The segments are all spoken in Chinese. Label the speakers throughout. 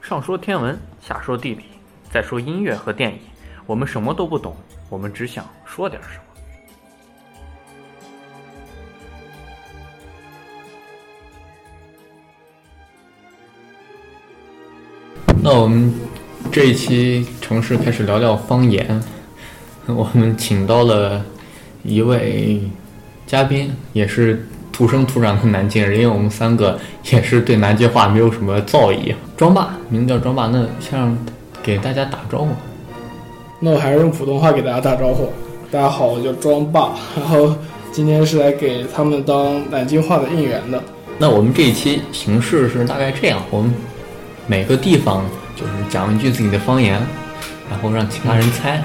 Speaker 1: 上说天文，下说地理，再说音乐和电影，我们什么都不懂，我们只想说点什么。
Speaker 2: 那我们这一期城市开始聊聊方言，我们请到了一位嘉宾，也是土生土长的南京人，因为我们三个也是对南京话没有什么造诣。庄爸，名字叫庄爸，那先让给大家打招呼。
Speaker 3: 那我还是用普通话给大家打招呼。大家好，我叫庄爸，然后今天是来给他们当南京话的应援的。
Speaker 2: 那我们这一期形式是大概这样，我们每个地方就是讲一句自己的方言，然后让其他人猜。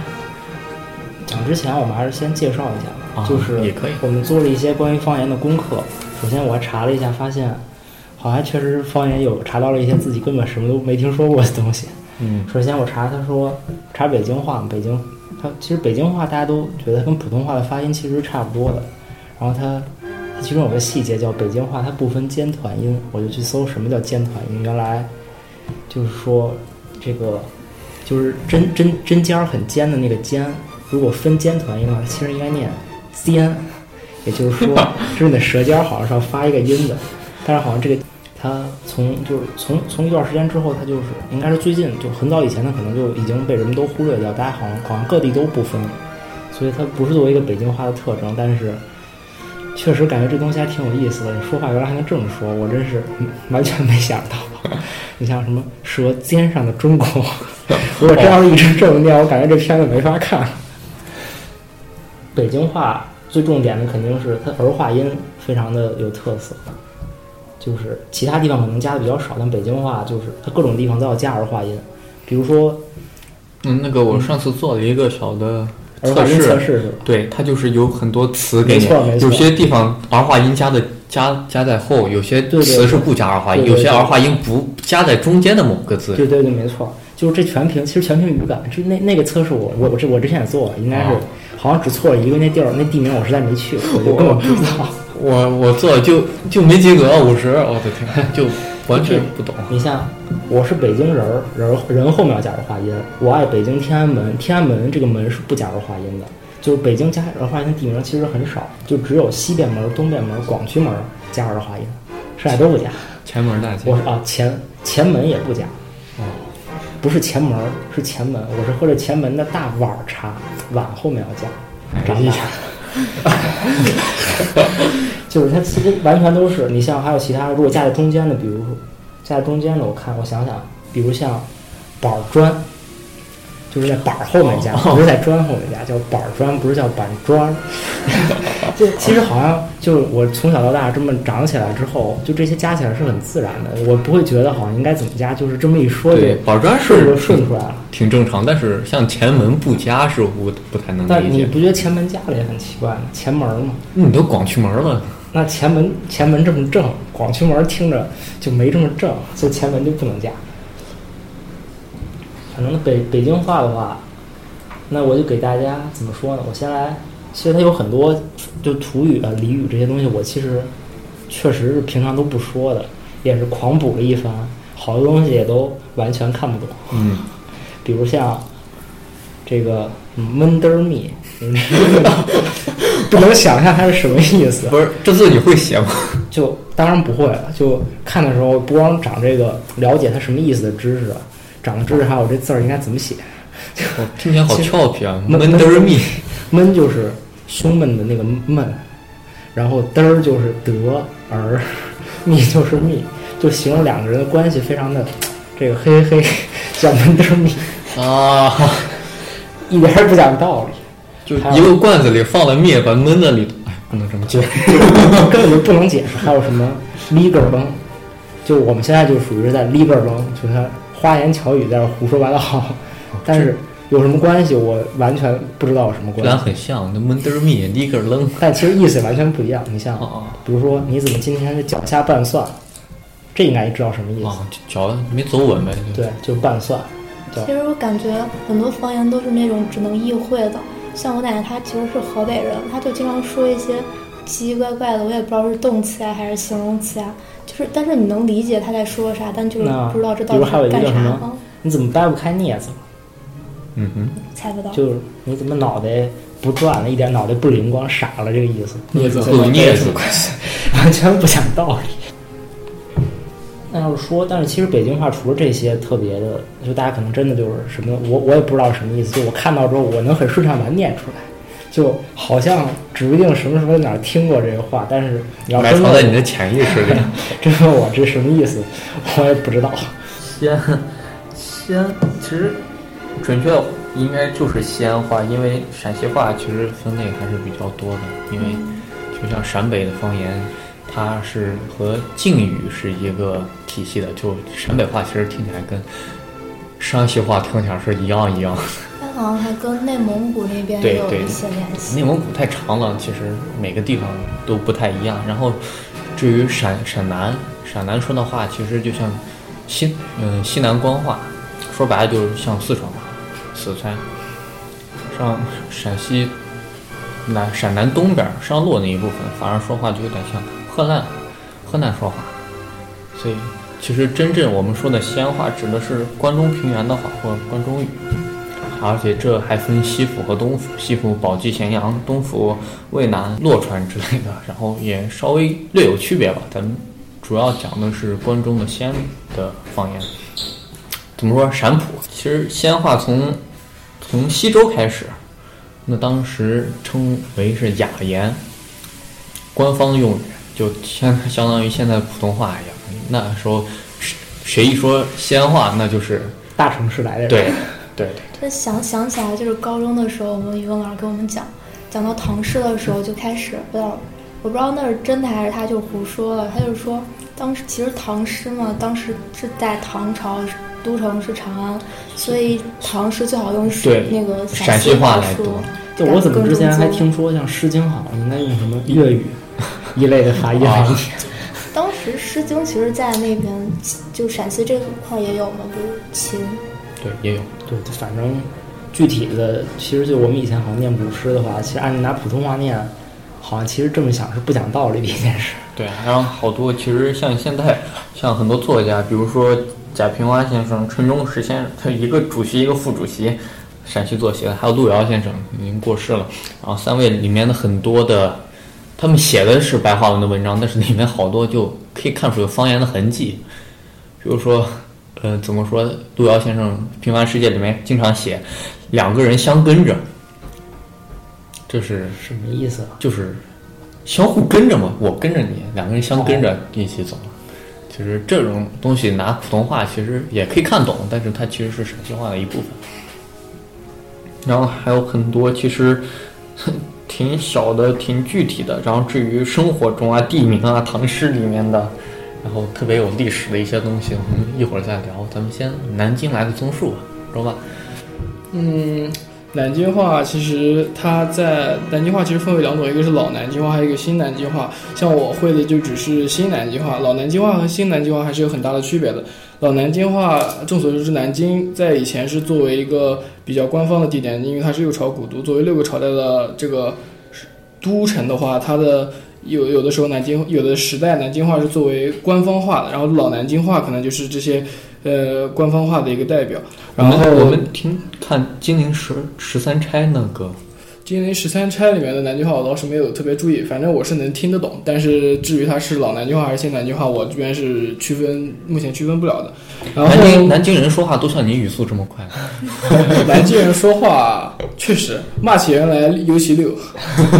Speaker 4: 讲之前，我们还是先介绍一下吧，
Speaker 2: 啊
Speaker 4: 就是
Speaker 2: 也可以
Speaker 4: 我们做了一些关于方言的功课。首先，我还查了一下，发现好像确实方言有查到了一些自己根本什么都没听说过的东西。
Speaker 2: 嗯，
Speaker 4: 首先我查他说查北京话，北京它其实北京话大家都觉得跟普通话的发音其实是差不多的，然后它它其中有个细节叫北京话，它不分尖团音，我就去搜什么叫尖团音，原来就是说这个就是针针针尖儿很尖的那个尖，如果分尖团音的话，其实应该念尖，也就是说 就是你的舌尖儿好像是要发一个音的，但是好像这个它从就是从从一段时间之后，它就是应该是最近就很早以前，它可能就已经被人们都忽略掉，大家好像好像各地都不分，所以它不是作为一个北京话的特征，但是确实感觉这东西还挺有意思的。你说话原来还能这么说，我真是嗯完全没想到。你像什么舌尖上的中国， 如果这要是一直这么念，我感觉这片子没法看。北京话最重点的肯定是它儿化音非常的有特色。就是其他地方可能加的比较少，但北京话就是它各种地方都要加儿化音，比如说
Speaker 2: 嗯，那个我上次做了一个小的
Speaker 4: 儿
Speaker 2: 测
Speaker 4: 化音
Speaker 2: 试，
Speaker 4: 测试是吧？
Speaker 2: 对，它就是有很多词给你
Speaker 4: 没错没，错
Speaker 2: 有些地方儿化音加的加加在后，有些
Speaker 4: 对对
Speaker 2: 词是不加儿化音，
Speaker 4: 对
Speaker 2: 有
Speaker 4: 对
Speaker 2: 些
Speaker 4: 对
Speaker 2: 儿化音不加在中间的某个字。
Speaker 4: 对对对，没错，就是这全凭，其实全凭语感。这那那个测试我我我这我之前也做，应该是、
Speaker 2: 啊
Speaker 4: 好像只错了一个那地儿那地名，我实在没去，过，我就根本不知道。
Speaker 2: 我我做就就没及格，五十，我的天， 就完全不懂。
Speaker 4: 你像我是北京人儿，人儿人后面要加儿化音。我爱北京天安门，天安门这个门是不加儿化音的，就是北京加儿化音的地名其实很少，就只有西便门、东便门、广渠门加儿化音，剩下都不加。
Speaker 2: 前门大街
Speaker 4: 我，是啊，前前门也不加，
Speaker 2: 哦，
Speaker 4: 不是前门儿，是前门。我是喝着前门的大碗儿茶，碗后面要加，长大。就是它其实完全都是，你像还有其他，如果架在中间的，比如说架在中间的，我看我想想，比如像板儿砖，就是在板儿后面加，
Speaker 2: 哦
Speaker 4: 不是在砖后面加，叫板儿砖，不是叫板砖。 就其实好像就是我从小到大这么长起来之后，就这些加起来是很自然的，我不会觉得好像应该怎么加，就是这么一说就
Speaker 2: 对，板砖
Speaker 4: 顺
Speaker 2: 是
Speaker 4: 就顺出来了。
Speaker 2: 挺正常，但是像前门不加是我不太能
Speaker 4: 但
Speaker 2: 理
Speaker 4: 你
Speaker 2: 解。嗯
Speaker 4: 不觉得前门加了也很奇怪吗？前门嘛，
Speaker 2: 你都广渠门 了，
Speaker 4: 那前门前门这么正，广渠门听着就没这么正，所以前门就不能加。反正北北京话的话，那我就给大家怎么说呢？我先来，其实它有很多就土语啊、俚语这些东西，我其实确实是平常都不说的，也是狂补了一番，好多东西也都完全看不懂。
Speaker 2: 嗯，
Speaker 4: 比如像这个嗯闷嘚儿蜜， 你知道吗不能想象它是什么意思。
Speaker 2: 不是这字你会 写吗？
Speaker 4: 就当然不会了，就看的时候不光长这个了解它什么意思的知识，长了知识还有这字儿应该怎么写。
Speaker 2: 我听起来好俏皮啊，
Speaker 4: 闷
Speaker 2: 门德儿密，
Speaker 4: 闷就是胸闷的那个闷，然后嘚儿就是得儿， 密就是密，就形容两个人的关系非常的 这个嘿 嘿嘿，叫闷嘚儿密，
Speaker 2: 啊。
Speaker 4: 一点儿也不讲道理。
Speaker 2: 就一个罐子里放了蜜，把闷在里头。哎，不能这么讲。
Speaker 4: 根本就不能解释。还有什么 legal 崩，就我们现在就属于是在 legal 崩，就是他花言巧语在这胡说八
Speaker 2: 哦
Speaker 4: 道， 但是有什么关系，我完全不知道有什么
Speaker 2: 虽
Speaker 4: 关
Speaker 2: 然
Speaker 4: 系。
Speaker 2: 很像，那闷嘚儿蜜立个扔。
Speaker 4: 但其实意思完全不一样。你像
Speaker 2: 哦，
Speaker 4: 比如说你怎么今天是脚下拌蒜，这应该知道什么意思。
Speaker 2: 啊，就脚没走稳呗。就
Speaker 4: 对，就拌蒜，叫
Speaker 5: 其实我感觉很多方言都是那种只能意会的，像我奶奶她其实是河北人，她就经常说一些奇奇怪怪的，我也不知道是动词啊呀还是形容词呀，就是但是你能理解他在说啥，但就是
Speaker 4: 那
Speaker 5: 不知道这
Speaker 4: 比
Speaker 5: 到
Speaker 4: 如
Speaker 5: 底
Speaker 4: 还有一
Speaker 5: 是
Speaker 4: 个
Speaker 5: 干
Speaker 4: 什
Speaker 5: 啥
Speaker 4: 么
Speaker 5: 啊，
Speaker 4: 你怎么掰不开镊子？
Speaker 2: 嗯哼，
Speaker 5: 猜不到。
Speaker 4: 就是你怎么脑袋不转了一点，脑袋不灵光，傻了这个意思，
Speaker 3: 镊子
Speaker 2: 有镊子，
Speaker 4: 完全不讲道理。那要是说，但是其实北京话除了这些特别的，就大家可能真的就是什么，我我也不知道什么意思。就我看到之后，我能很顺畅把它念出来，就好像指不定什么时候哪儿听过这个话，但是你要
Speaker 2: 埋
Speaker 4: 真
Speaker 2: 藏在
Speaker 4: 问
Speaker 2: 你的
Speaker 4: 我，
Speaker 2: 潜意 识里。
Speaker 4: 真问我这什么意思，我也不知道。
Speaker 1: 西安，西安其实
Speaker 2: 准确的应该就是西安话，因为陕西话其实分类还是比较多的，因为就像陕北的方言，它是和晋语是一个体系的，就陕北话其实听起来跟山西话听起来是一样一样。
Speaker 5: 它好像还跟内蒙古那边
Speaker 2: 对
Speaker 5: 有
Speaker 2: 对
Speaker 5: 一些联系。
Speaker 2: 内蒙古太长了，其实每个地方都不太一样。然后，至于陕陕南，陕南说的话其实就像西嗯、西南官话，说白了就是像四川话，四川。上陕西南陕南东边儿商洛那一部分，反而说话就有点像河南河南说话。所以，其实真正我们说的西安话指的是关中平原的话或者关中语。而且这还分西府和东府，西府宝鸡、咸阳，东府渭南、洛川之类的，然后也稍微略有区别吧。咱们主要讲的是关中的西安的方言，怎么说陕普？其实西安话从从西周开始，那当时称为是雅言，官方用语，就相相当于现在普通话一样。那时候谁谁一说西安话，那就是
Speaker 4: 大城市来的人，
Speaker 2: 对对对。
Speaker 5: 这想想起来，就是高中的时候，我们语文老师给我们讲，讲到唐诗的时候就开始，不知道我不知道那是真的还是他就胡说了。他就说，当时其实唐诗嘛，当时是在唐朝都城是长安，所以唐诗最好用是
Speaker 2: 对
Speaker 5: 那个
Speaker 2: 陕西话来
Speaker 5: 说
Speaker 2: 读。
Speaker 4: 就我怎么之前还听说像《诗经》好像应该用什么粤语一类的发音来念？
Speaker 5: 当时《诗经》其实，在那边就陕西这块儿也有嘛，比如 秦。
Speaker 2: 对，也有。
Speaker 4: 对，就反正具体的，其实就我们以前好像念古诗的话，其实按拿普通话念，好像其实这么想是不讲道理的一件事。
Speaker 2: 对，然后好多其实像现在，像很多作家，比如说贾平凹先生、陈忠实先生，他一个主席一个副主席，陕西作协的，还有路遥先生已经过世了。然后三位里面的很多的，他们写的是白话文的文章，但是里面好多就可以看出有方言的痕迹。比如说，呃，怎么说？路遥先生《平凡世界》里面经常写两个人相跟着，这是
Speaker 4: 什么意思啊？
Speaker 2: 就是相互跟着嘛，我跟着你，两个人相跟着一起走。其实这种东西拿普通话其实也可以看懂，但是它其实是陕西话的一部分。然后还有很多其实 挺小的、挺具体的。然后至于生活中啊、地名啊、唐诗里面的，然后特别有历史的一些东西，我们一会儿再聊。咱们先南京来个综述吧，说吧。
Speaker 3: 嗯，南京话其实它在南京话其实分为两种，一个是老南京话，还有一个新南京话。像我会的就只是新南京话，老南京话和新南京话还是有很大的区别的。老南京话众所周知，南京在以前是作为一个比较官方的地点，因为它是六朝古都，作为六个朝代的这个都城的话，它的有有的时候南京有的时代南京话是作为官方化的，然后老南京话可能就是这些呃官方化的一个代表。然后
Speaker 2: 我们我们听看《金陵十十三钗》那个
Speaker 3: 《金陵十三钗》里面的南京话，我倒是没有特别注意，反正我是能听得懂。但是至于它是老南京话还是新南京话，我这边是区分，目前区分不了的。然后
Speaker 2: 南京南京人说话都像你语速这么快，
Speaker 3: 南京人说话确实骂起人来尤其溜。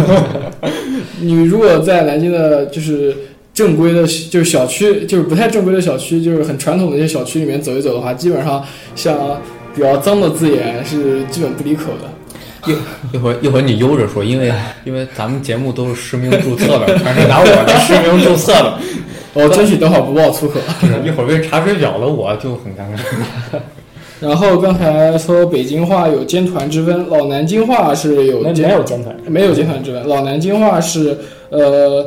Speaker 3: 你如果在南京的，就是正规的，就是小区，就是不太正规的小区，就是很传统的一些小区里面走一走的话，基本上像比较脏的字眼是基本不离口的。
Speaker 2: 一会儿一会儿你悠着说，因为因为咱们节目都是实名注册的，全是拿我的实名注册的，
Speaker 3: 我争取等会儿不爆粗口。
Speaker 2: 不 是一会儿被查水表了，我就很尴尬。
Speaker 3: 然后刚才说北京话有尖团之分，老南京话是有
Speaker 4: 没
Speaker 3: 尖
Speaker 4: 没有尖团，
Speaker 3: 没有尖团之分，老南京话是呃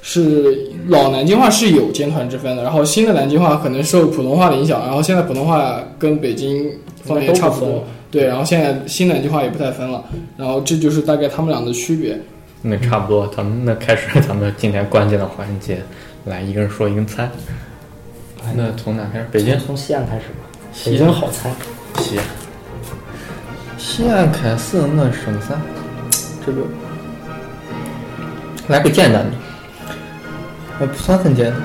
Speaker 3: 是老南京话是有尖团之分的，然后新的南京话可能受普通话的影响，然后现在普通话跟北京方言差不
Speaker 4: 都不分
Speaker 3: 多，对，然后现在新南京话也不太分了，然后这就是大概他们俩的区别。
Speaker 2: 那差不多，咱们那开始咱们今天关键的环节，来一个人说一个猜。那从哪开始？北京
Speaker 4: 从西安开始吧，
Speaker 2: 西安
Speaker 4: 北京好猜，
Speaker 2: 西安，西安凯四那省三，这就来个简单的，呃，不算很简单。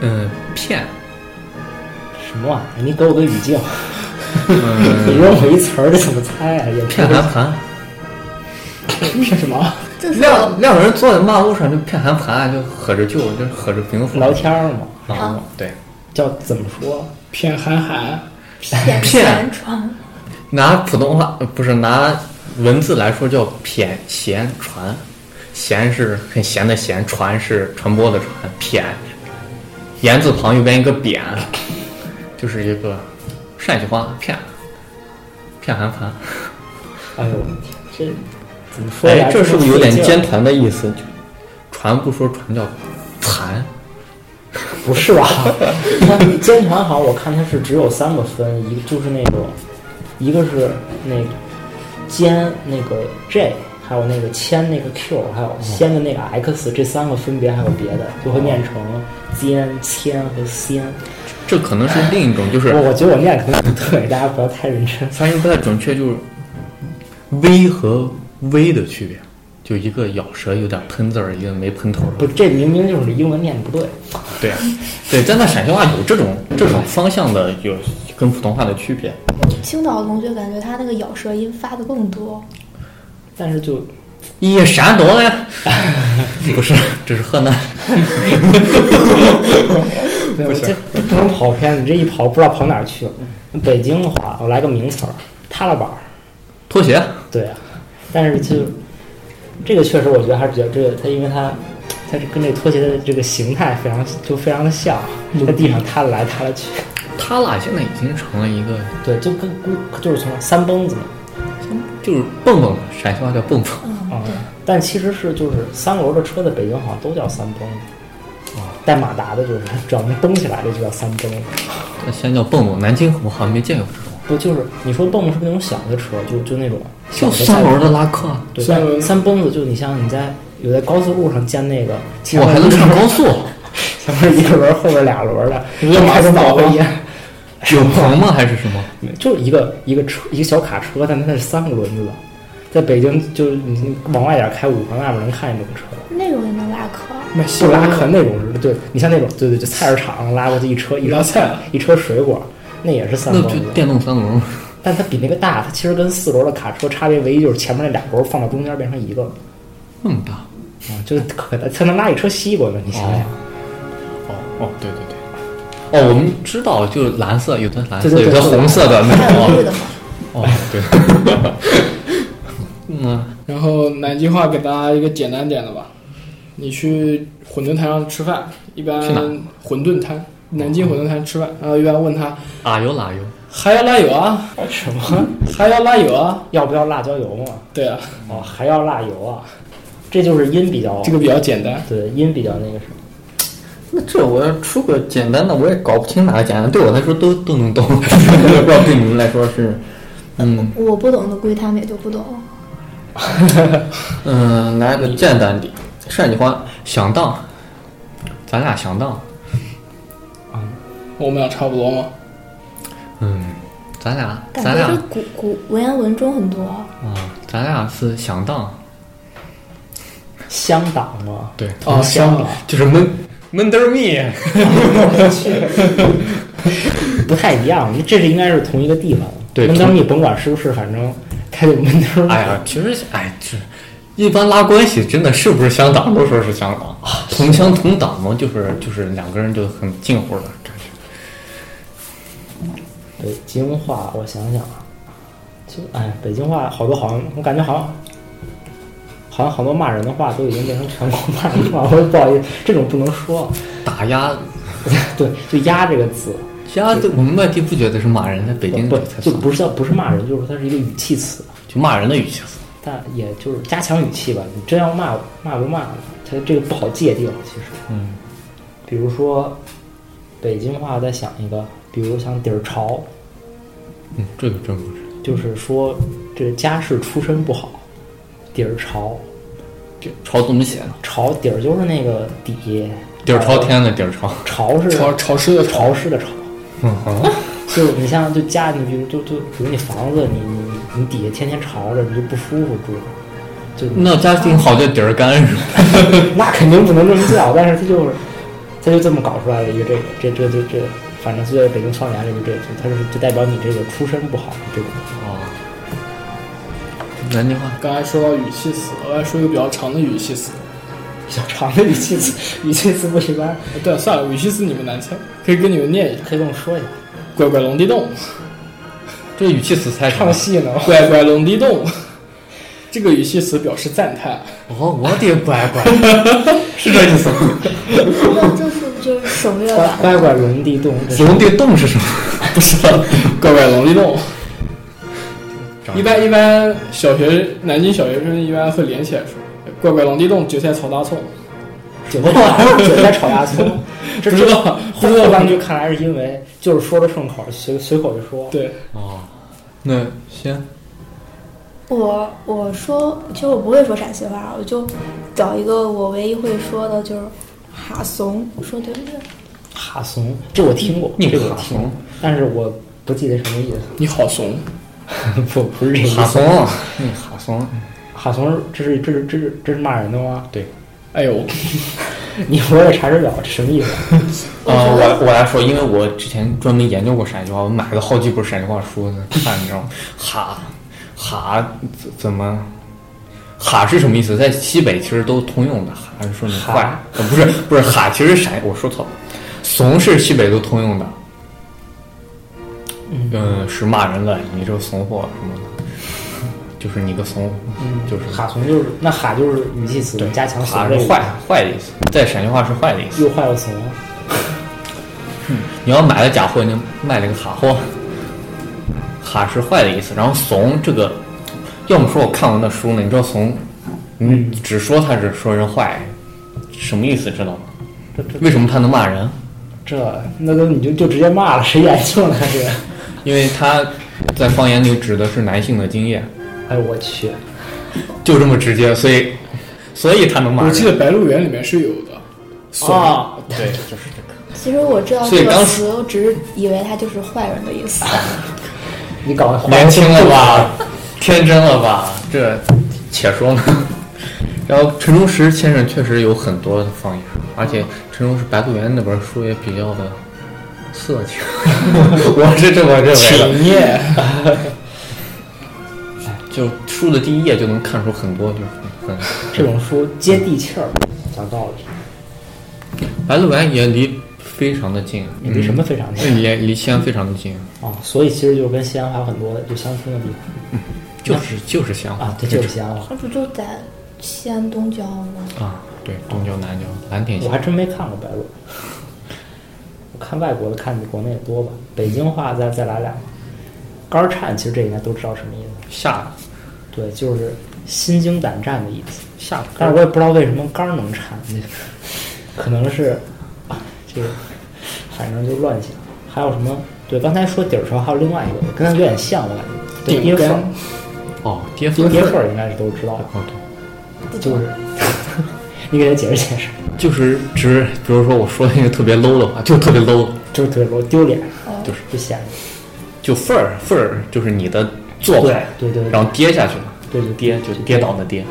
Speaker 2: 嗯，骗，
Speaker 4: 什么玩意儿？你给我个语境，
Speaker 2: 嗯，
Speaker 4: 你问我一词儿，这怎么猜啊？也不
Speaker 2: 骗韩寒，
Speaker 4: 骗 什么？
Speaker 5: 这 是我
Speaker 2: 两两个人坐在马路上就骗韩寒，就喝着酒，就喝着冰壶
Speaker 4: 聊天儿嘛，
Speaker 2: 啊，对，
Speaker 4: 叫怎么说？
Speaker 3: 骗韩寒，
Speaker 5: 骗
Speaker 2: 骗
Speaker 5: 宣传，
Speaker 2: 拿普通话呃不是拿文字来说叫偏闲传，闲是很闲的闲，传是传播的传，偏言字旁右边一个扁，就是一个陕西话骗骗韩寒。
Speaker 4: 哎呦，我的天，这怎么说
Speaker 2: 哎
Speaker 4: 来，
Speaker 2: 这是不是有点
Speaker 4: 费劲
Speaker 2: 兼谈的意思？就传不说传叫残，
Speaker 4: 不是吧？他坚传好，我看他是只有三个分，一就是那个，一个是那个肩那个 J，还有那个牵那个 Q，还有先的那个 X，这三个分别还有别的，就会念成肩、牵和先。
Speaker 2: 这可能是另一种，就是
Speaker 4: 我我觉得我念可能不对，大家不要太认真。
Speaker 2: 发音不太准确，就是 v 和 v 的区别，就一个咬舌有点喷字儿，一个没喷头儿。
Speaker 4: 不，这明明就是英文念的不对。
Speaker 2: 对啊，对，咱在陕西话有这种这种方向的，有跟普通话的区别。
Speaker 5: 青岛的同学感觉他那个咬舌音发的更多，
Speaker 4: 但是就
Speaker 2: 咦，山东嘞？ 不是，这是河南。
Speaker 4: 没有，这这不能跑偏，你这一跑不知道跑哪儿去了。北京的话，我来个名词儿，塌拉板儿。
Speaker 2: 拖鞋，
Speaker 4: 对啊，但是就这个确实，我觉得还是比较这个，它因为它它是跟这个拖鞋的这个形态非常就非常的像，在地上塌了来塌了去，
Speaker 2: 他俩现在已经成了一个，
Speaker 4: 对，就跟就是从三蹦子嘛，
Speaker 2: 就是蹦蹦，陕西话叫蹦蹦。
Speaker 4: 啊、但其实是就是三轮的车在北京好像都叫三蹦子，带马达的就是只要能蹦起来，这就叫三蹦子。
Speaker 2: 那先叫蹦蹦，南京我好像没见过这种，
Speaker 4: 不就是你说蹦蹦是不是那种小的车，就就那种小
Speaker 2: 就
Speaker 4: 的
Speaker 2: 三轮的拉客。
Speaker 4: 对，
Speaker 3: 三轮
Speaker 4: 但三蹦子就你像你在有在高速路上见那个，
Speaker 2: 我还能上高速，
Speaker 4: 前面一个轮儿，后边俩轮儿的，
Speaker 3: 你说马自达吗
Speaker 4: 跟一样，
Speaker 2: 有棚吗？还是什么？
Speaker 4: 就是一个一个车一个小卡车，但它是三个轮子的。在北京，就是你往外点开，五环外面能看见这种车的，
Speaker 5: 那种也能拉客。
Speaker 3: 卖
Speaker 4: 就拉客那种是，对你像那种，对对，就菜市场拉过去一车一
Speaker 3: 拉
Speaker 4: 车
Speaker 3: 菜了
Speaker 4: 一车水果，那也是三
Speaker 2: 那
Speaker 4: 轮
Speaker 2: 就
Speaker 4: 子，
Speaker 2: 电 动三轮。
Speaker 4: 但它比那个大，它其实跟四轮的卡车差别唯一就是前面那俩轮放到中间变成一个了，
Speaker 2: 那么大？
Speaker 4: 啊、就是可它能拉一车西瓜呢，你想想，
Speaker 2: 哦哦，对对对。哦，我们知道，就是蓝色，有的蓝色，
Speaker 4: 对对
Speaker 2: 有
Speaker 4: 对
Speaker 2: 的红色 的那
Speaker 5: 还
Speaker 2: 种。
Speaker 5: 有绿的嘛，
Speaker 2: 哦，对。 嗯，
Speaker 3: 然后南京话给大家一个简单点的吧，你去馄饨摊上吃饭，一般
Speaker 2: 去哪哦嗯
Speaker 3: 馄饨摊，南京馄饨摊吃饭，然后一般问他
Speaker 2: 啊有哪有？
Speaker 3: 还要辣油啊，
Speaker 4: 什么
Speaker 3: 还要辣油啊，
Speaker 4: 要不要辣椒油嘛？
Speaker 3: 对啊，
Speaker 4: 哦，还要辣油啊，这就是音比
Speaker 2: 哦
Speaker 4: 较
Speaker 3: 这个比较简单。
Speaker 4: 对音比较那个什么，
Speaker 2: 那这我要出个简单的，我也搞不清哪个简单，对我来说都都能懂， 我也不知道对你们来说是，嗯
Speaker 5: 我不懂的估计他们也就不懂。
Speaker 2: 嗯、来个简单的，陕西话响当，咱俩响当，
Speaker 3: 我们俩差不多吗？
Speaker 2: 嗯，咱俩
Speaker 5: 感
Speaker 2: 咱
Speaker 5: 觉
Speaker 2: 俩
Speaker 5: 这古古文言文中很多，
Speaker 2: 啊，咱俩是响当，
Speaker 4: 香党嘛，
Speaker 2: 对，
Speaker 3: 哦，香
Speaker 4: 香
Speaker 3: 港，
Speaker 2: 就是闷闷得儿蜜，
Speaker 4: 不太一样，这是应该是同一个地方的。
Speaker 2: 对
Speaker 4: 闷灯
Speaker 2: 同
Speaker 4: 你甭管是不是，反正它就闷灯。
Speaker 2: 哎呀，，其实哎，这一般拉关系真的是不是乡党都啊说是乡党，同乡同党嘛，就是就是两个人就很近乎了，感觉。
Speaker 4: 北京话，我想想啊，就哎，北京话好多好像，我感觉好像。好像好多骂人的话都已经变成全国骂人话，我也不好意思，这种不能说。
Speaker 2: 打压
Speaker 4: 对，就“压”这个字，
Speaker 2: 压的，我们外地不觉得是骂人，在北京
Speaker 4: 不
Speaker 2: 才
Speaker 4: 就
Speaker 2: 算
Speaker 4: 不是叫不是骂人，就是它是一个语气词，
Speaker 2: 就骂人的语气词。
Speaker 4: 但也就是加强语气吧。你真要骂骂不骂，它这个不好界定，其实。
Speaker 2: 嗯，
Speaker 4: 比如说北京话，我再想一个，比如像底儿潮，
Speaker 2: 嗯，这个真不是。
Speaker 4: 就是说这家世出身不好，底儿潮，
Speaker 2: 朝怎么写呢？
Speaker 4: 朝底儿就是那个底，
Speaker 2: 底儿朝天的底儿朝。
Speaker 4: 潮是
Speaker 3: 潮潮湿的潮
Speaker 4: 潮，湿的潮。
Speaker 2: 嗯好，
Speaker 4: 就你像就家，你比如就就比如你房子，你你你底下天天潮着，你就不舒服住。就
Speaker 2: 那家挺好，就底儿干是吧？
Speaker 4: 那肯定不能这么叫，但是他就是他就这么搞出来了一个这个这这这这，反正就在北京方言里就这个，他就是就代表你这个出身不好这种。
Speaker 2: 哦，南京话
Speaker 3: 刚才说到语气词，我来说一个比较长的语气词。
Speaker 4: 比较长的语气词，语气词不一般，
Speaker 3: 对，算了，语气词你们难猜，可以跟你们念一下：
Speaker 4: 可以跟我说一下。
Speaker 3: 拐拐龙 地洞，
Speaker 2: 这语气词猜什么
Speaker 4: 唱戏呢？
Speaker 3: 拐拐龙地洞。这个语气词表示赞叹，
Speaker 2: 哦，我的乖乖， 是这 意思吗？
Speaker 5: 那这是就是省略吧？
Speaker 4: 乖乖龙地洞，这是
Speaker 2: 龙地洞是什么？
Speaker 3: 不是拐拐龙地洞。
Speaker 2: 长
Speaker 3: 一般一般，小学南京小学生一般会连起来说：“怪怪龙地洞，韭菜炒大葱。
Speaker 4: 韭菜炒韭菜炒大葱，”
Speaker 3: 不
Speaker 4: 这
Speaker 3: 知道，
Speaker 4: 后后半句看来是因为就是说的顺口，随随口就说。
Speaker 3: 对，
Speaker 2: 哦，那先
Speaker 5: 我我说，其实我不会说陕西话，我就找一个我唯一会说的，就是哈怂，我说对不对？
Speaker 4: 哈怂，这我听过，
Speaker 2: 你
Speaker 4: 这个我
Speaker 2: 哈
Speaker 4: 听
Speaker 2: 怂
Speaker 4: 过，但是我不记得什么意思。
Speaker 3: 你好怂，
Speaker 4: 不不是这个意
Speaker 2: 哈
Speaker 4: 思。
Speaker 2: 怂，嗯，哈怂，
Speaker 4: 哈怂，这是这是这是这是骂人的吗？
Speaker 2: 对。
Speaker 3: 哎呦，
Speaker 4: 你我也查资料，这什么意思？
Speaker 2: 啊、我我来说，因为我之前专门研究过陕西话，我买了好几本陕西话书呢，看，你知道吗？ 哈哈怎怎么？哈是什么意思？在西北其实都通用的，哈是说你坏，
Speaker 4: 哈
Speaker 2: 呃不是不是哈，其实陕我说错了，怂是西北都通用的，
Speaker 4: 嗯
Speaker 2: 嗯，是骂人的，你这个怂货什么的，就是你个怂货，
Speaker 4: 嗯，
Speaker 2: 就是
Speaker 4: 哈怂就是那哈就是语气词，加强
Speaker 2: 哈
Speaker 4: 怂
Speaker 2: 是
Speaker 4: 这个
Speaker 2: 坏，坏的意思，在陕西话是坏的意思。
Speaker 4: 又坏又怂。
Speaker 2: 你要买了假货，你就卖了个哈货，哈是坏的意思。然后怂这个，要么说我看过那书呢，你知道怂，你
Speaker 4: 嗯
Speaker 2: 只说他是说人坏，什么意思知道吗？
Speaker 4: 这这
Speaker 2: 为什么他能骂人？
Speaker 4: 这那都你就就直接骂了，谁研究呢？ 这个，
Speaker 2: 因为他在方言里指的是男性的精液，
Speaker 4: 哎呦我去，
Speaker 2: 就这么直接，所以所以他能骂
Speaker 3: 我记
Speaker 2: 人。
Speaker 3: 得《白鹿原》里面是有的，怂，
Speaker 4: 啊，
Speaker 2: 哦对，
Speaker 4: 就是这个。
Speaker 5: 其实我知道
Speaker 2: 所以
Speaker 5: 这个
Speaker 2: 当时啊
Speaker 5: 词，我只是以为它就是坏人的意思。
Speaker 4: 你搞得
Speaker 2: 年轻了吧，天真了吧，这且说呢。然后陈忠实先生确实有很多的方言，而且陈忠实《白鹿原》那本书也比较的色情， 我是这么认为的。
Speaker 3: 请念。
Speaker 2: 就书的第一页就能看出很多，就是很
Speaker 4: 这种书接地气儿，讲道理。
Speaker 2: 《白鹿原》也离非常的近，
Speaker 4: 你离什么非常近
Speaker 2: 嗯？也离西安非常的近，
Speaker 4: 啊？所以其实就是跟西安还有很多就相通的地方
Speaker 2: 就是就是西安
Speaker 4: 啊，这就是西安了。
Speaker 5: 它不就在西安东郊吗？
Speaker 2: 啊，对，东郊南郊，蓝天
Speaker 4: 我
Speaker 2: 下
Speaker 4: 还真没看过白鹿，我看外国的看比国内的多吧。北京话再再来两个，肝颤其实这应该都知道什么意思，
Speaker 2: 下
Speaker 4: 对，就是心惊胆战的意思。
Speaker 2: 下坡
Speaker 4: 但是我也不知道为什么肝能颤，可能是啊，这个反正就乱想。还有什么？对，刚才说底儿潮，还有另外一个，跟它有点像，我感觉。对
Speaker 3: 顶
Speaker 4: 跌
Speaker 3: 根
Speaker 4: 缝儿，
Speaker 2: 哦，跌
Speaker 4: 跌
Speaker 2: 份
Speaker 4: 跌缝儿应该是都知道的，
Speaker 2: 哦对。
Speaker 4: 就是 你给他解释解释，
Speaker 2: 就是只比如说我说那个特别 low 的话，就特别 low，
Speaker 4: 就是特别多丢脸，
Speaker 5: 哦
Speaker 2: 就是
Speaker 4: 不显得。
Speaker 2: 就份儿份儿就是你的做派，
Speaker 4: 对对对
Speaker 2: 然后跌下去了，
Speaker 4: 对对
Speaker 2: 跌就跌倒的跌，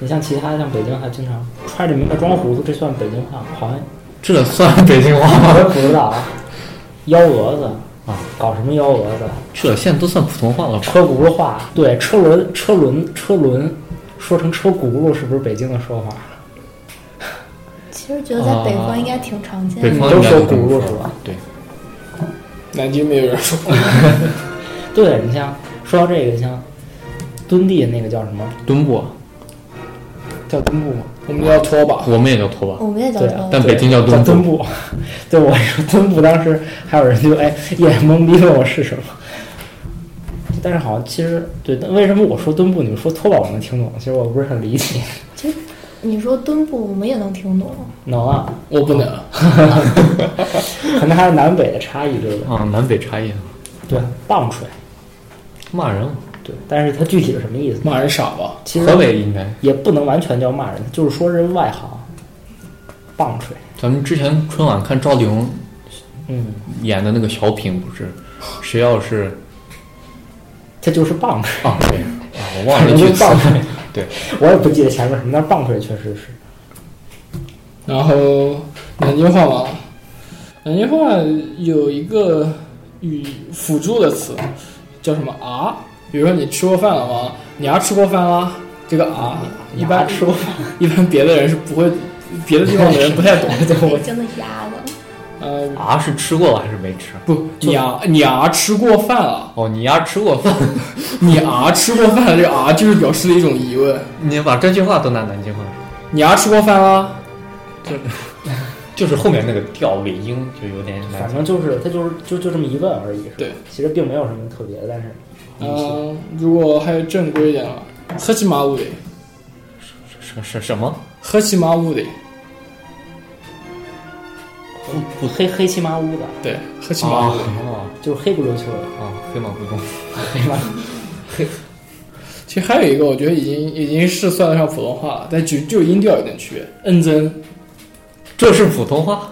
Speaker 4: 你像其他像北京还经常揣着明白装糊涂，这算北京话吗？好 像
Speaker 2: 这算北京话
Speaker 4: 我也
Speaker 2: 吗？
Speaker 4: 不知道啊。幺蛾子
Speaker 2: 啊，
Speaker 4: 搞什么幺蛾子？
Speaker 2: 这现在都算普通话了吧？
Speaker 4: 车轱辘话，对，车轮车轮车轮，说成车轱辘是不是北京的说法？
Speaker 5: 其实觉得在北方应该挺常见
Speaker 2: 北
Speaker 5: 的。
Speaker 2: 方
Speaker 4: 都
Speaker 2: 嗯应该
Speaker 4: 说
Speaker 2: 这么
Speaker 4: 轱辘
Speaker 2: 说
Speaker 4: 是吧？
Speaker 2: 对，
Speaker 3: 南京没有人说，
Speaker 4: 对，你像说到这个，你像蹲地那个叫什么？
Speaker 2: 墩布
Speaker 4: 叫蹲步吗？
Speaker 3: 我们叫拖把。
Speaker 2: 我们也叫拖把，
Speaker 5: 我们也叫
Speaker 4: 对啊
Speaker 5: 做
Speaker 2: 但北京叫
Speaker 4: 叫
Speaker 2: 墩
Speaker 4: 蹲
Speaker 2: 布，
Speaker 4: 步。对，我说蹲步，当时还有人就哎一脸懵逼问我是什么。但是好像其实对，但为什么我说蹲步，你们说拖把我能听懂？其实我不是很理解。
Speaker 5: 其实你说墩布，我们也能听 懂。
Speaker 4: 能啊，
Speaker 3: 我不能，
Speaker 4: 可能还有南北的差异，对不对？
Speaker 2: 啊，南北差异，
Speaker 4: 对，棒槌，
Speaker 2: 骂人，
Speaker 4: 对，但是它具体是什么意思？
Speaker 3: 骂人傻吧？
Speaker 4: 其实
Speaker 2: 河北应该，
Speaker 4: 也不能完全叫骂人，就是说是外行，棒槌。
Speaker 2: 咱们之前春晚看赵丽蓉
Speaker 4: 嗯，
Speaker 2: 演的那个小品不是，谁要是
Speaker 4: 这就是棒槌，
Speaker 2: 啊对啊， 我忘了
Speaker 4: 反正
Speaker 2: 句
Speaker 4: 就是
Speaker 2: 词
Speaker 4: 棒槌。
Speaker 2: 对，
Speaker 4: 我也不记得前面什么，但是棒槌确实是。
Speaker 3: 然后南京话嘛，南京话有一个语辅助的词，叫什么啊？比如说你吃过饭了吗？你啊吃过饭啦？这个啊，一般
Speaker 4: 牙说，
Speaker 3: 一般别的人是不会，别的地方的人不太懂。
Speaker 5: 北京的鸭子，
Speaker 3: 呃，
Speaker 2: 啊是吃过了还是没吃？
Speaker 3: 不，你啊你啊吃过饭了？
Speaker 2: 哦，你丫吃过饭，
Speaker 3: 你啊吃过饭了？这个啊就是表示了一种疑问。
Speaker 2: 你把这句话都拿南京话说，
Speaker 3: 你啊吃过饭啦？
Speaker 2: 就是后面那个调尾音就有点难
Speaker 4: 反正就是他就是就就这么一问而已。是吧
Speaker 3: 对，
Speaker 4: 其实并没有什么特别的，但是
Speaker 3: 嗯、如果还有正规一点了，喝起马乌的，
Speaker 2: 什什什么？
Speaker 3: 喝起马乌的，
Speaker 4: 不黑黑漆麻乌的，
Speaker 3: 对，喝起马乌的。
Speaker 2: 哦
Speaker 4: 就是黑不溜秋的。
Speaker 2: 哦，黑马不动。
Speaker 3: 其实还有一个，我觉得已经已经是算得上普通话了，但就就音调有点区别。嗯真
Speaker 2: 这是普通话，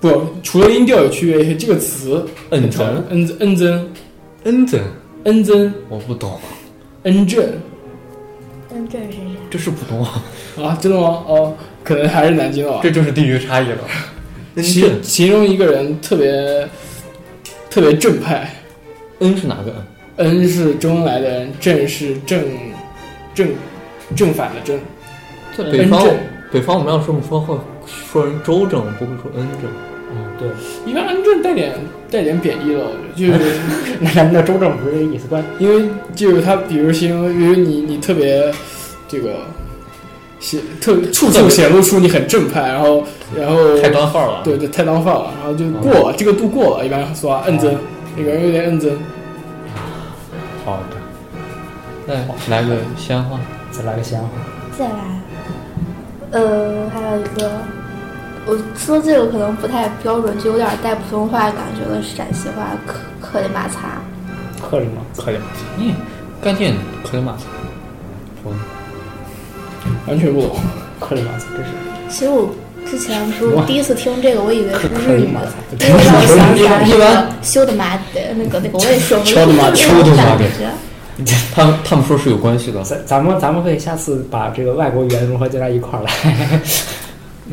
Speaker 3: 不，除了音调有区别，这个词
Speaker 2: 嗯
Speaker 3: 超
Speaker 2: 真，
Speaker 3: 嗯嗯真
Speaker 2: 嗯真，
Speaker 3: 嗯真
Speaker 2: 我不懂，
Speaker 3: 嗯正
Speaker 5: 但这是啥？
Speaker 2: 这是普通话，
Speaker 3: 啊，真的吗？哦，可能还是南京的吧。
Speaker 2: 这就是地域差异了。嗯
Speaker 3: 形
Speaker 2: 正，
Speaker 3: 形容一个人特别特别正派，
Speaker 2: 嗯是哪个嗯？
Speaker 3: 恩是周恩来的恩，正是正正正反的正，
Speaker 2: 在北方
Speaker 3: 嗯正，
Speaker 2: 北方我们要这么说会说人周正，不会说恩正。
Speaker 4: 嗯，对。
Speaker 3: 一般恩正带点带点贬义了，我觉得就是。
Speaker 4: 那咱们的周正不是这个意思，关
Speaker 3: 因为就是他，比如形容，比如你你特别这个显特处处显露出你很正派，然后然后
Speaker 2: 太端号了。
Speaker 3: 对对太当范了，然后就过了、这个度过了，一般说啊，认真，那个人有点认真，
Speaker 2: 好的。那来个西安话，
Speaker 4: 再来个闲话。
Speaker 5: 再来，呃，还有一个，我说这个可能不太标准，就有点带普通话感觉的陕西话，可可里马擦。
Speaker 4: 克里吗？
Speaker 2: 快点，你嗯干净，快点马上。我
Speaker 3: 完全不懂。
Speaker 4: 克里马斯，这是
Speaker 5: 其实我之前不是第一次听这个，我以为是日语的，
Speaker 4: 可
Speaker 5: 因为让我想 起来
Speaker 2: 一
Speaker 5: 那
Speaker 2: 般
Speaker 5: 个修的麻的那个那个，我也说不出
Speaker 2: 敲的麻
Speaker 5: 那
Speaker 2: 敲的
Speaker 5: 种
Speaker 2: 麻
Speaker 5: 感
Speaker 2: 的
Speaker 5: 觉。
Speaker 2: 他们他们说是有关系的。
Speaker 4: 咱咱们咱们可以下次把这个外国语言融合进来一块儿来。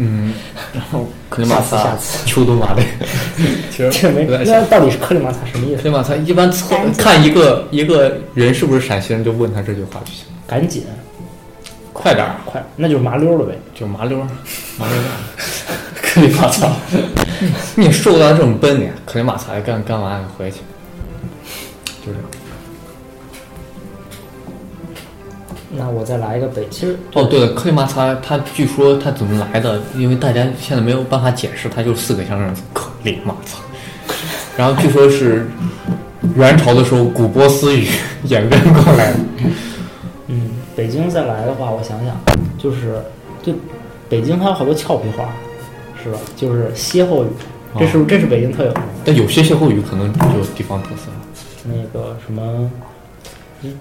Speaker 2: 嗯，然后克里马
Speaker 4: 下次
Speaker 2: 萨
Speaker 4: 下次
Speaker 2: 秋冬马的，
Speaker 4: 其实没
Speaker 2: 不太
Speaker 4: 那到底是克里马斯什么意
Speaker 2: 克
Speaker 4: 思？
Speaker 2: 里马萨一般测
Speaker 5: 赶紧
Speaker 2: 看一个一个人是不是陕西人，就问他这句话就行。
Speaker 4: 赶紧啊
Speaker 2: 快点儿，
Speaker 4: 快，那就是麻溜了呗。
Speaker 2: 就麻溜儿，麻溜儿。
Speaker 4: 克里马斯，
Speaker 2: 你瘦到这种笨脸，克里马萨干干完就回去，就这样。
Speaker 4: 那我再来一个北，其实
Speaker 2: 哦，对了，克里马萨它据说它怎么来的？因为大家现在没有办法解释，它就四个象声词，克里马萨。然后据说是元朝的时候古波斯语 演变过来的。
Speaker 4: 嗯，北京再来的话，我想想，就是就北京还有好多俏皮话，是吧？就是歇后语，这是、这是北京特有的
Speaker 2: 但有些歇后语可能有地方特色。
Speaker 4: 那个什么，嗯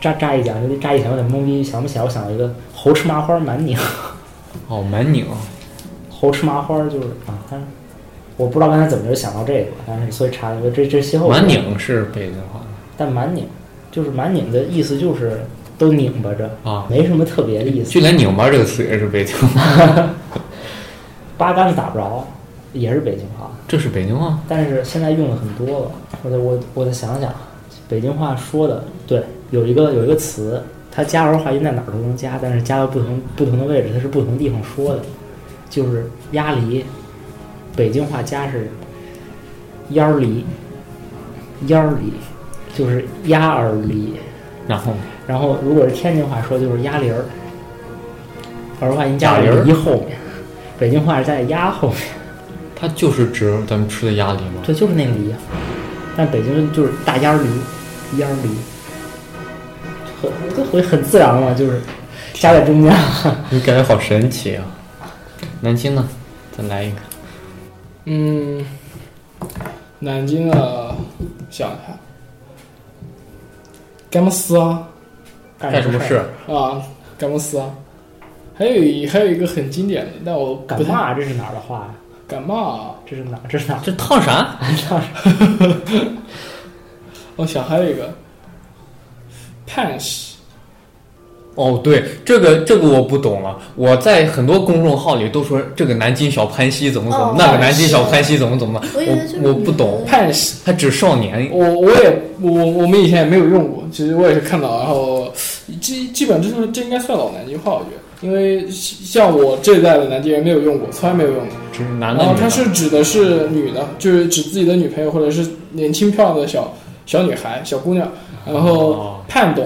Speaker 4: 乍乍一讲有点乍一想有点懵逼，想不起来。我想了一个猴吃麻花蛮拧，
Speaker 2: 哦，蛮拧，
Speaker 4: 猴吃麻花就是啊，但是我不知道刚才怎么就想到这个，但是所以查了一个这这歇后语
Speaker 2: 蛮，拧是北京话
Speaker 4: 但蛮拧就是蛮拧的意思就是都拧巴着，
Speaker 2: 啊，
Speaker 4: 没什么特别的意思
Speaker 2: 就。连拧巴这个词也是北京话，
Speaker 4: 八竿子打不着，也是北京话。
Speaker 2: 这是北京话。
Speaker 4: 但是现在用的很多了。我得我我得想想，北京话说的对，有一个有一个词，它加儿化音在哪儿都能加，但是加到不同不同的位置，它是不同地方说的，就是鸭梨，北京话加是烟儿梨，烟儿梨，就是鸭儿梨。
Speaker 2: 然后
Speaker 4: 然后如果是天津话说就是鸭梨儿，儿化音加在
Speaker 2: 鸭梨儿
Speaker 4: 梨后面，北京话是在鸭后面。
Speaker 2: 它就是指咱们吃的鸭梨嘛。
Speaker 4: 对，就是那个梨，但北京就是大烟儿梨，烟儿梨，很会很自然嘛，就是夹在中间。
Speaker 2: 你感觉好神奇啊！南京呢？再来一个，
Speaker 3: 嗯，啊南京的想一下，干么事啊
Speaker 2: 干 什么事？？
Speaker 3: 啊，干么事啊？还有一还有一个很经典的，但我
Speaker 4: 敢
Speaker 3: 不太
Speaker 4: 骂，这是哪儿的话呀？
Speaker 3: 敢骂。啊
Speaker 4: 这是哪？这是哪？
Speaker 2: 这烫啥？
Speaker 3: 我想哦还有一个，盼是
Speaker 2: 哦，对，这个这个我不懂了。我在很多公众号里都说这个南京小潘西怎么怎么，
Speaker 5: 哦
Speaker 2: 那个南京小潘西怎么怎么的，
Speaker 5: 我以为就是
Speaker 2: 我我不懂
Speaker 5: 女，的
Speaker 3: 盼是，
Speaker 2: 他指少年。
Speaker 3: 我我也我我们以前也没有用过，其实我也是看到，然后基基本就是这应该算老南京话，我觉得，因为像我这一代的南京人没有用过，从来没有用过。
Speaker 2: 指男的
Speaker 3: 然
Speaker 2: 女
Speaker 3: 后哦他
Speaker 2: 的。
Speaker 3: 是指的是女的，就是指自己的女朋友或者是年轻漂亮的小小女孩、小姑娘。然后
Speaker 2: 哦
Speaker 3: 盼懂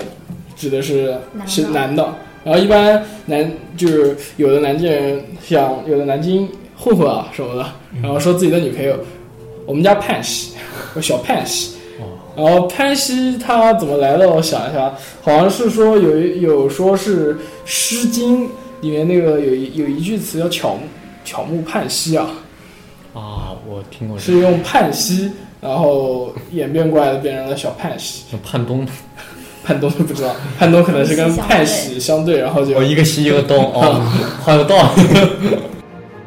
Speaker 3: 指的是
Speaker 5: 男的
Speaker 3: 是男的。然后一般男就是有的南京人想有的南京混混啊什么的，然后说自己的女朋友，我们家盼西， 我小盼西。然后潘西他怎么来的？我想一下，好像是说有一有说是《诗经》里面那个有一有一句词叫“巧木巧木盼兮”啊，
Speaker 2: 啊，我听过这
Speaker 3: 是用盼兮，然后演变过来的，变成了小盼兮。
Speaker 2: 个潘东，
Speaker 3: 盼东就不知道，盼东可能是跟盼兮相对，然后就
Speaker 2: 哦我一个西一个东，哦，好有道理。